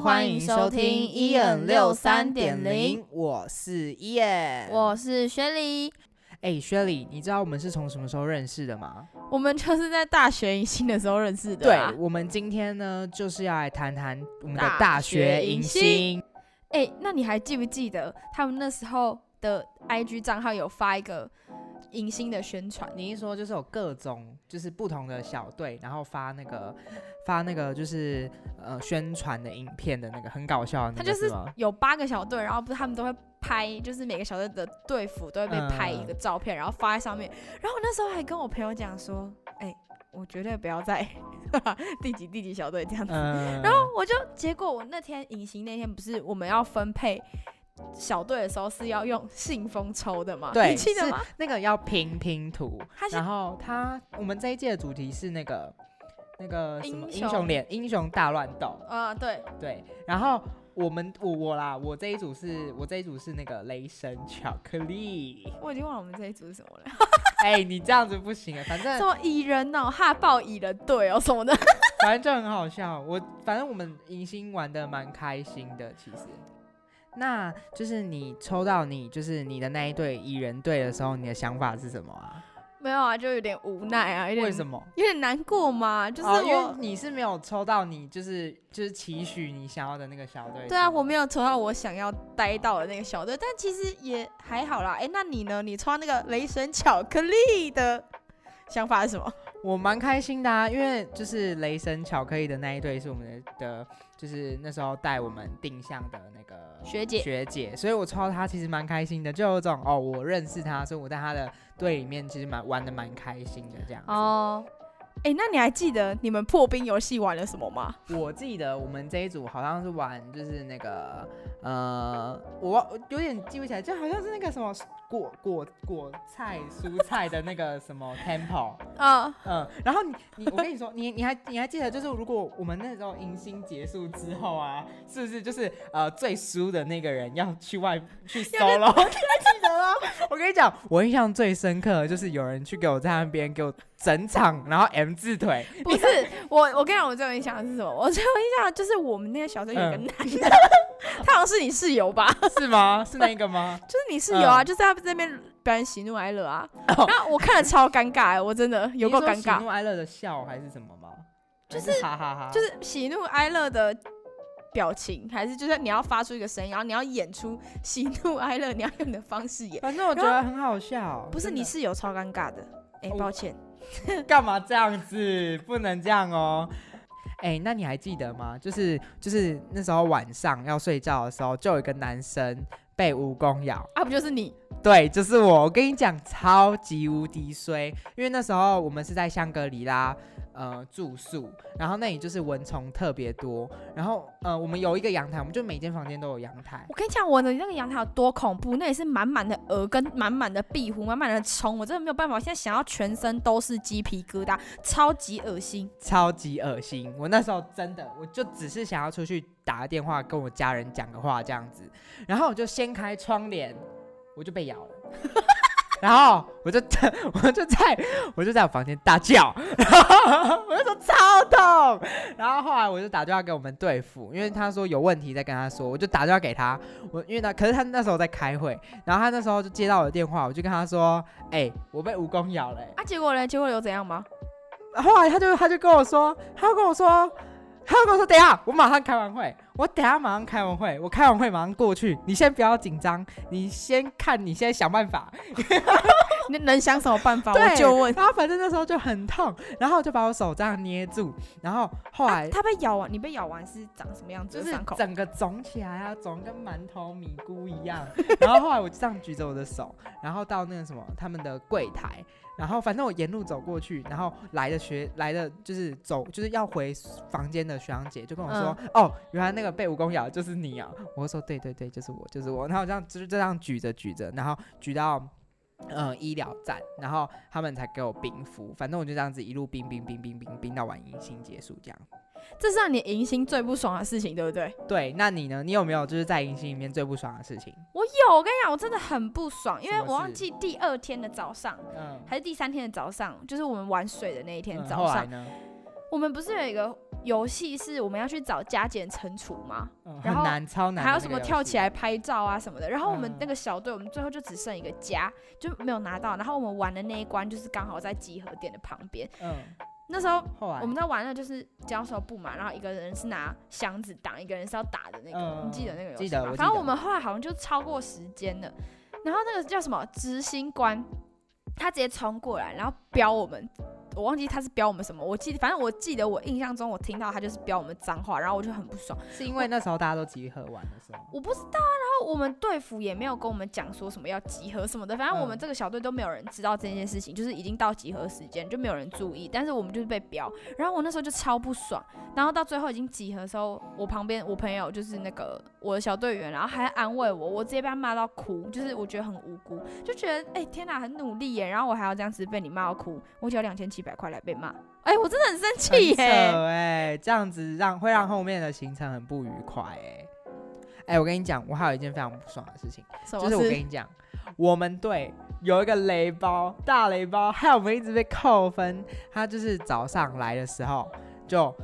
欢迎收听伊恩六三点零，我是伊恩。我是雪莉。哎，薛礼，你知道我们是从什么时候认识的吗？我们就是在大学迎新的时候认识的、啊。，我们今天呢，就是要来谈谈我们的大大学学迎迎新。哎、那你还记不记得他们那时候的 IG 账号有发一个迎新的宣传？你一说就是有各种就是不同的小队，然后发那个发那个就是呃宣传的影片的那个很搞笑的那他个就是嗯 吗？有八个小队，然后不是他们都会拍，就是每个小队的队服都会被拍一个照片，然后发在上面。然后我那时候还跟我朋友讲说，哎、我绝对不要在 第几第几小队这样子。嗯，然后我就结果我那天隐形那天不是我们要分配小队的时候是要用信封抽的吗？对你记得是吗？那个要拼拼图，它是然后他我们这一届的主题是那个那个什么英英雄雄联英雄大乱斗，啊、对，对，然后我们我我啦，我这一组是我这一组是那个雷神巧克力，我已经忘了我们这一组是什么了，哎、你这样子不行啊，反正什么蚁人哦，哈豹蚁人队哦什么的。 反正就很好笑。我反正我们迎新玩的蛮开心的，其实。那就是你抽到你就是你的那一队蚁人队的时候，你的想法是什么啊？没有啊，就有点无奈啊，有点为什么？有点难过嘛，就是哦，因我。为你是没有抽到你就是就是期许你想要的那个小队。对啊，是吗我没有抽到我想要待到的那个小队，但其实也还好啦。哎，那你呢？你抽到那个雷神巧克力的想法是什么？我蛮开心的啊，因为就是雷神巧克力的那一队是我们的的，就是那时候带我们定向的那个学姐学姐，所以我抽到她其实蛮开心的，就有种哦，我认识她，所以我在她的队里面其实蛮玩的蛮开心的这样子。哦，哎，那你还记得你们破冰游戏玩了什么吗？我记得我们这一组好像是玩就是那个呃，我忘我有点记不起来，就好像是那个什么果果果菜蔬菜的那个什 么 temple。啊、嗯，然后你你我跟你说，你你还你还记得，就是如果我们那时候迎新结束之后啊，是不是就是呃最输的那个人要去外去 solo？你还记得吗？ 我跟你讲，我印象最深刻的就是有人去给我在那边给我整场，然后 M 字腿，不是 我，我跟你讲，我最有印象的是什么？我最有印象的就是我们那个小队有一个男嗯的， 他好像是你室友吧？是吗？是那个吗？就是你室友啊，就在他那边表演喜怒哀乐啊。然后我看了超尴尬、欸，我真的有够你是尴说喜尬，怒哀乐的笑还是什么吗？就是哈哈哈，就是喜怒哀乐的。表情还是就是你要发出一个声音，然后你要演出喜怒哀乐，你要用你的方式演。反正我觉得很好笑。不是真你的室友超尴尬的，哎、我抱歉，干嘛这样子？不能这样哦。 哎、那你还记得吗？就是就是那时候晚上要睡觉的时候，就有一个男生被蜈蚣咬，啊不就是你？对，就是我。我跟你讲，超级无敌衰，因为那时候我们是在香格里拉。呃，住宿，然后那里就是蚊虫特别多，然后呃，我们有一个阳台，我们就每间房间都有阳台，我跟你讲，我的那个阳台有多恐怖，那里是满满的蛾跟满满的壁虎，满满的虫，我真的没有办法。我现在想要全身都是鸡皮疙瘩，超级恶心。超级恶心。我那时候真的，我就只是想要出去打个电话，跟我家人讲个话这样子，然后我就掀开窗帘，我就被咬了。 然后我就我就在我就在我房间大叫，然后我就说超痛。然后后来我就打电话给我们队服，因为他说有问题再跟他说，我就打电话给他。我因为他可是他那时候在开会，然后他那时候就接到我的电话，我就跟他说：“哎、我被蜈蚣咬了、欸啊，结果嘞？结果有怎样吗？后来他就他就跟我说，他就跟我说，他就跟我说，等一下我马上开完会，我等一下马上开完会，我开完会马上过去，你先不要紧张，你先看，你先想办法。你能想什么办 法？对我就问。然后反正那时候就很痛，然后我就把我手这样捏住，然后后来、它被咬完，你被咬完是长什么样子就的是伤口？整个肿起来啊，肿跟馒头米糊一样。然后后来我就这样举着我的手，然后到那个什么他们的柜台，然后反正我沿路走过去，然后来的学来的就是走就是要回房间的学长姐就跟我说，嗯哦，原来那个被蜈蚣咬的就是你啊！我就说对对对，就是我，就是我。然后我这样就是这样举着举着，然后举到。呃，医疗站，然后他们才给我冰敷，反正我就这样子一路冰冰冰冰冰冰到晚迎新结束这样。这是让你迎新最不爽的事情，对不对？对，那你呢？你有没有就是在迎新里面最不爽的事情？我有，我跟你讲，我真的很不爽，因为什么我忘事记第二天的早上嗯，还是第三天的早上，就是我们玩水的那一天嗯早后上来，呢？我们不是有一个游戏是我们要去找加减乘除吗？嗯然很后难超难的那个游戏，还有什么跳起来拍照啊什么的。然后我们嗯那个小队，我们最后就只剩一个加，就没有拿到。然后我们玩的那一关就是刚好在集合点的旁边。嗯，那时候后来我们在玩的就是交手布嘛，然后一个人是拿箱子挡，一个人是要打的那个。嗯你记得那个游记戏得吗？我反记正得我们后来好像就超过时间了。然后那个叫什么执行官，他直接冲过来，然后飙我们。我忘记他是飙我们什么，我记得，反正我记得我印象中我听到他就是飙我们脏话，然后我就很不爽。是 因为那时候大家都集合玩的时候，我不知道啊。然后我们队服也没有跟我们讲说什么要集合什么的，反正我们嗯这个小队都没有人知道这件事情，就是已经到集合时间就没有人注意，但是我们就是被标。然后我那时候就超不爽，然后到最后已经集合的时候，我旁边我朋友就是那个我的小队员，然后还安慰我，我直接被他骂到哭，就是我觉得很无辜，就觉得哎、天哪，很努力耶，然后我还要这样子被你骂到哭，我只要两千七百块来被骂， 哎、我真的很生气很扯耶。哎、这样子让会让后面的行程很不愉快哎、哎、我跟你讲，我还有一件非常不爽的事情， 什就么是我跟事？你讲，我们队有一个雷包，大雷包，害我们一直被扣分。他就是早上来的时候就。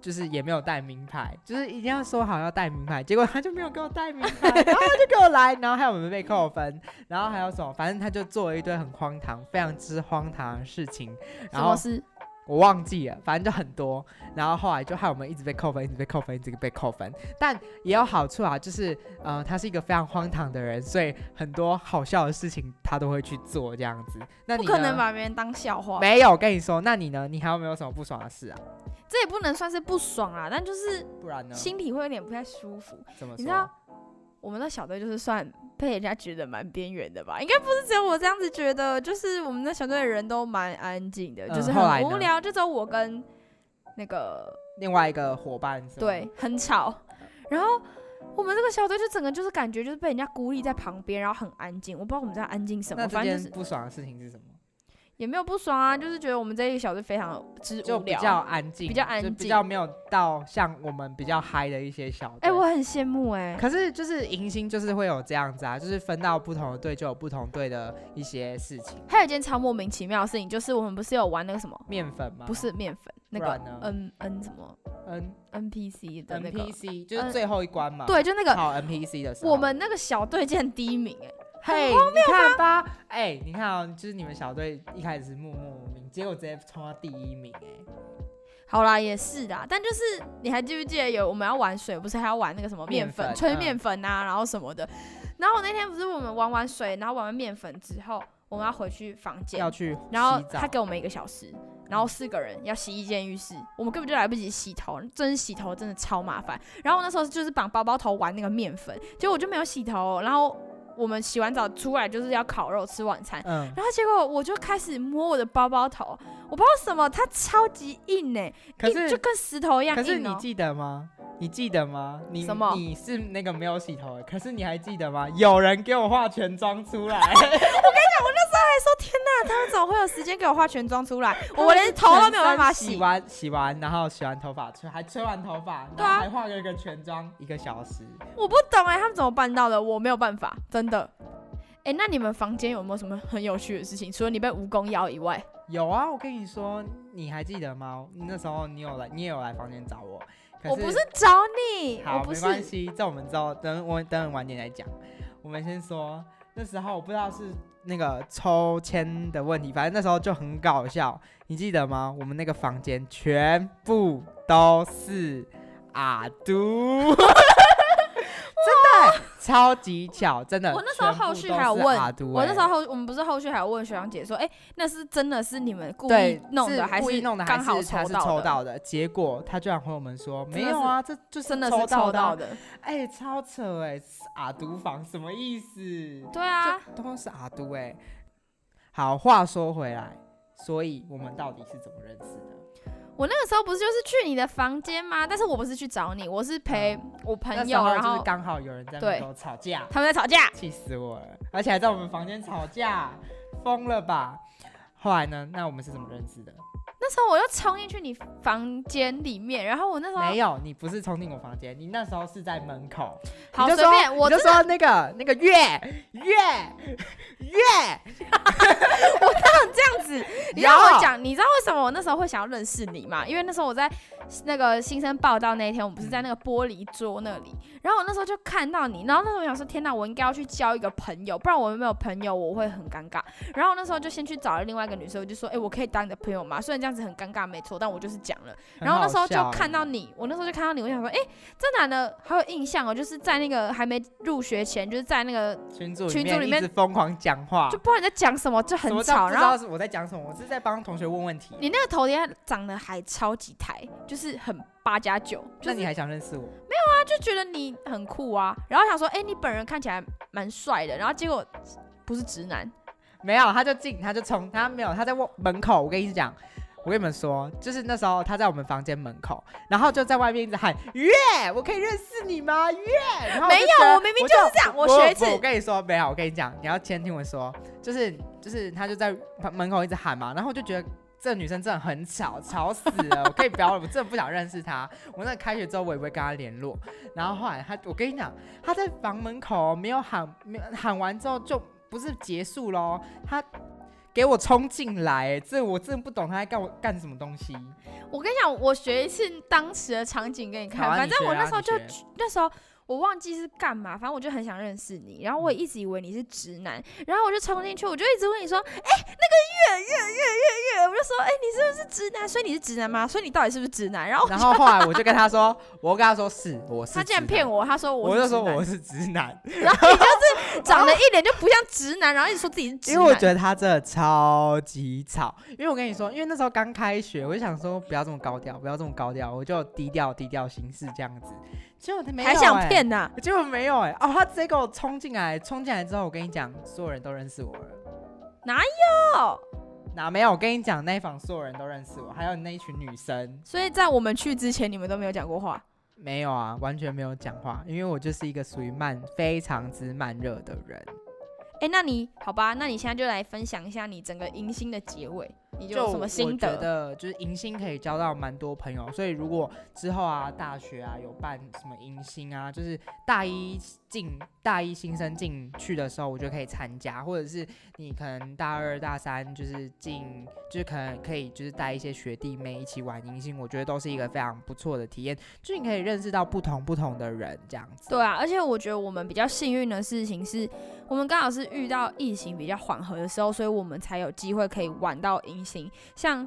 就是也没有带名牌，就是一定要说好要带名牌，结果他就没有给我带名牌，然后他就给我来，然后害我们被扣分，然后还有什么，反正他就做了一堆很荒唐、非常之荒唐的事情，什然后么事？我忘记了，反正就很多。然后后来就害我们一直被扣分，一直被扣分，一直被扣分。但也有好处啊，就是呃，他是一个非常荒唐的人，所以很多好笑的事情他都会去做这样子。那不你可呢能？把别人当笑 话。没有，我跟你说，那你呢？你还有没有什么不爽的事啊？这也不能算是不爽啊，但就是不然呢？心里会有点不太舒服。怎么说？你知道我们的小队就是算被人家觉得蛮边缘的吧？应该不是只有我这样子觉得，就是我们的小队的人都蛮安静的，嗯就是后很来呢无聊，就只有我跟那个另外一个伙伴是吗对，很吵。然后我们这个小队就整个就是感觉就是被人家孤立在旁边，然后很安静。我不知道我们在安静什那么，这反正就件是不爽的事情是什么？也没有不爽啊，就是觉得我们这一个小队非常之就无比聊。较安静，比较就安比静较没有到像我们比较嗨的一些小队。哎、我很羡慕哎、可是就是迎新就是会有这样子啊，就是分到不同的队就有不同队的一些事情。还有一件超莫名其妙的事情，就是我们不是有玩那个什么，面粉吗？不，是面粉，那不个然呢 N N 什么嗯 NPC 的那个， ，NPC 就是嗯最后一关嘛。对，就那个考 NPC 的时候，我们那个小队竟然第一名哎、嘿，你看吧，哎、你看啊、就是你们小队一开始是默默无名，结果直接冲到第一名、哎，好啦，也是啦，但就是你还记不记得有我们要玩水，不是还要玩那个什么面粉、面粉吹嗯面粉啊，然后什么的。然后我那天不是我们玩完水，然后玩完面粉之后，我们要回去房间要，去洗然后澡他给我们一个小时，然后四个人要洗一间浴室，我们根本就来不及洗头，真是洗头真的超麻烦。然后我那时候就是绑包包头玩那个面粉，结果我就没有洗头，然后我们洗完澡出来就是要烤肉吃晚餐。嗯，然后结果我就开始摸我的包包头，我不知道为什么，它超级硬呢、可硬就是跟石头一样可是硬你哦、记得吗？你记得吗？你什么你是那个没有洗头的，可是你还记得吗？有人给我化全妆出来，他说：“天哪，他们怎么会有时间 给我化全妆出来？我连头都没有办法洗洗。”完洗完，然后洗完头发，吹还吹完头发，对然啊后还化了一个全妆，一个小时。我不懂哎、他们怎么办到的？我没有办法，真的。哎、那你们房间有没有什么很有趣的事情？除了你被蜈蚣咬以外，有啊，我跟你说，你还记得吗？那时候你有来，你也有来房间找我。可我不是找你，我好，不没是。关系，这我们之后等我等晚点来讲。我们先说那时候我不知道是那个抽签的问题，反正那时候就很搞笑，你记得吗？我们那个房间全部都是啊阿 都。真的超级巧，真的。我那时候后续还有全部都是问阿都欸我那时候后，我们不是后续还有问学长姐说，哎、那是真的是你们故意对弄是的，还故意弄的，刚好还是他是到抽的？到的？结果他居然回我们说真的没有啊，这就是真的是到抽的啊到。的，哎、超扯哎、阿都房什么意思？对啊，这都是阿都哎、好，话说回来，所以我们到底是怎么认识的？我那个时候不是就是去你的房间吗？但是我不是去找你，我是陪我朋嗯那时友，候然就是后刚好有人在门口吵架，他们在吵架。气死我了，而且还在我们房间吵架，疯了吧？后来呢？那我们是怎么认识的？那时候我又冲进去你房间里面，然后我那时候没有，你不是冲进我房间，你那时候是在门口。好你随就说便，我你真就的说那个那个月月月， 我真的很这样子。你有让我讲，你知道为什么我那时候会想要认识你吗？因为那时候我在那个新生报道那一天，我们不是在那个玻璃桌那里，然后我那时候就看到你，然后那时候我想说，天哪，我应该要去交一个朋友，不然我没有朋友，我会很尴尬。然后我那时候就先去找了另外一个女生，我就说，哎、我可以当你的朋友吗？虽然这样子很尴尬，没错，但我就是讲了。然后那时候就欸看到你，我那时候就看到你，我想说，哎、这男的好有印象哦，就是在那个还没入学前，就是在那个群组群组里面一直疯狂讲话，就不知道你在讲什么，就啊什很么叫吵。不然知后道是我在讲什么，我是在帮同学问问题。你那个头贴长得还超级抬，就是很八加九，就那是你还想认识我？他就觉得你很酷啊，然后想说，哎、你本人看起来蛮帅的，然后结果不是直男，没有，他就进，他就冲，他没有，他在我门口。我跟你讲，我跟你们说，就是那时候他在我们房间门口，然后就在外面一直喊月，我可以认识你吗？月，然后没就觉有，得我明明就是这样，我学一次我。我跟你说，没有，我跟你讲，你要先听我说，就是就是他就在门口一直喊嘛，然后我就觉得。这女生真的很吵，吵死了！我可以不要了，我真的不想认识她。我那开学之后，我也不会跟她联络。然后后来她，我跟你讲，她在房门口没有喊，没有喊完之后就不是结束喽，她给我冲进来，这我真的不懂她在干我干什么东西。我跟你讲，我学一次当时的场景给你看。好反啊正你学啊我那时候就你学那时候我忘记是干嘛，反正我就很想认识你，然后我也一直以为你是直男，然后我就冲进去，我就一直问你说，哎、那个月月月月月，我就说，哎、你是不是直男？所以你是直男吗？所以你到底是不是直男？然后然后后来我就跟她说，我跟她说是，我是他哦竟然直男骗我，他说我我是就直说男我是直男。然后你就是长得一脸就不像直男，然后一直说自己是直因男。为我觉得他真的超级吵，因为我跟你说，因为那时候刚开学，我就想说不要这么高调，不要这么高调，我就低调低调行事这样子。结果他没有、欸还想，骗呐、结果没有哎、哦，他直接给我冲进来，冲进来之后，我跟你讲，所有人都认识我了。哦，哪没有？我跟你讲，那一房所有人都认识我，还有那一群女生，所以在我们去之前，你们都没有讲过话。没有啊，完全没有讲话，因为我就是一个属于慢，非常之慢热的人。哎、那你好吧，那你现在就来分享一下你整个迎新的结尾，你就就有什么心我觉得？得就是迎新可以交到蛮多朋友，所以如果之后啊，大学啊有办什么迎新啊，就是大一进大一新生进去的时候，我就可以参加，或者是你可能大二大三就是进，就是可能可以就是带一些学弟妹一起玩迎新，我觉得都是一个非常不错的体验，就是你可以认识到不同不同的人这样子。对啊，而且我觉得我们比较幸运的事情是，我们刚好是遇到疫情比较缓和的时候，所以我们才有机会可以玩到迎新。像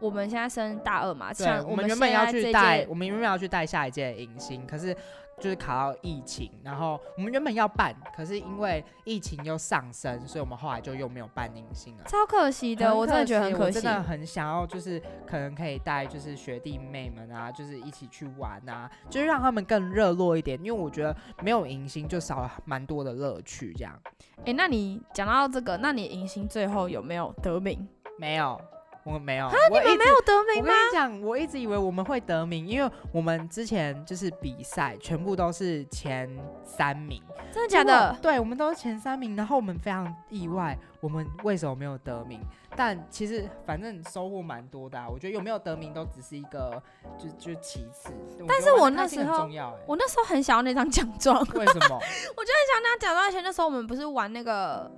我们现在升大二嘛，对，像我们原本现要在这去一带届，我们原本要去带下一届的迎新，可是就是卡到疫情，然后我们原本要办，可是因为疫情又上升，所以我们后来就又没有办迎新了。超可惜的，很我真的觉得很我可惜真。的很想要，就是可能可以带就是学弟妹们啊，就是一起去玩啊，就是让他们更热络一点，因为我觉得没有迎新就少了蛮多的乐趣。这样哎、那你讲到这个，那你迎新最后有没有得名？没有，我没有，我一直呃没有得我名跟吗？你讲，我一直以为我们会得名，因为我们之前就是比赛全部都是前三名，真的假结的果？对，我们都是前三名，然后我们非常意外，我们为什么没有得名？但其实反正收获蛮多的、啊，我觉得有没有得名都只是一个，就就其次。但是我那时候重要、欸，我那时候很想要那张奖状，为什么 那奖状而且那时候我们不是玩那个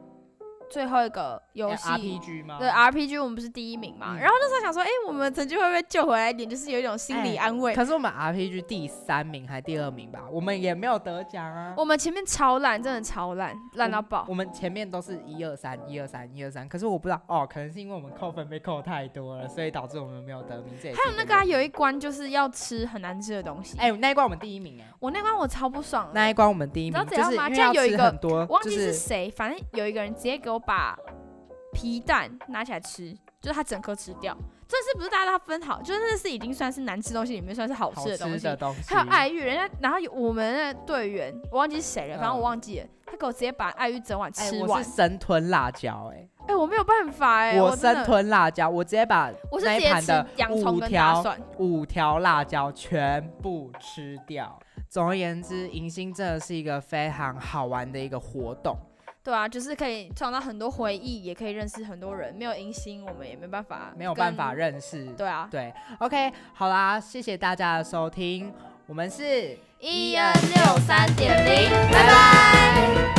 最后一个游哎戏。 RPG 吗？对 RPG，我们不是第一名嘛？嗯然后那时候想说，哎、我们成绩会不会救回来一点？就是有一种心理哎安慰。可是我们 RPG 第三名还第二名吧，我们也没有得奖啊。我们前面超烂，真的超烂，烂到爆我。们前面都是一二三、一二三、一二三，可是我不知道哦，可能是因为我们扣分被扣太多了，所以导致我们没有得名。这还还有那个、啊、有一关就是要吃很难吃的东西。哎、那一关我们第一名哎、我那关我超不爽的。那一关我们第一名，哦你知就道是怎因样吗为这样要有一吃个很多，忘就记是是谁，反正有一个人直接给我把皮蛋拿起来吃，就是他整颗吃掉。这是不是大家都分好？就是那是已经算是难吃东西里面算是好好吃的东吃西。的东西，还有爱玉，人家然后有我们的队员，我忘记是谁了，反正我嗯忘记了，他给我直接把爱玉整碗哎吃我完是。神吞辣椒哎、哎、我没有办法哎、我我真生的吞辣椒，我直接把我是那直一接盘吃的洋葱跟五大条蒜。五条辣椒全部吃掉。总而言之，迎新真的是一个非常好玩的一个活动。对啊，就是可以创造很多回忆，也可以认识很多人。没有迎新，我们也没办法，没有办法。认识。对啊，对，OK，好啦，谢谢大家的收听，我们是一二六三点零，拜拜。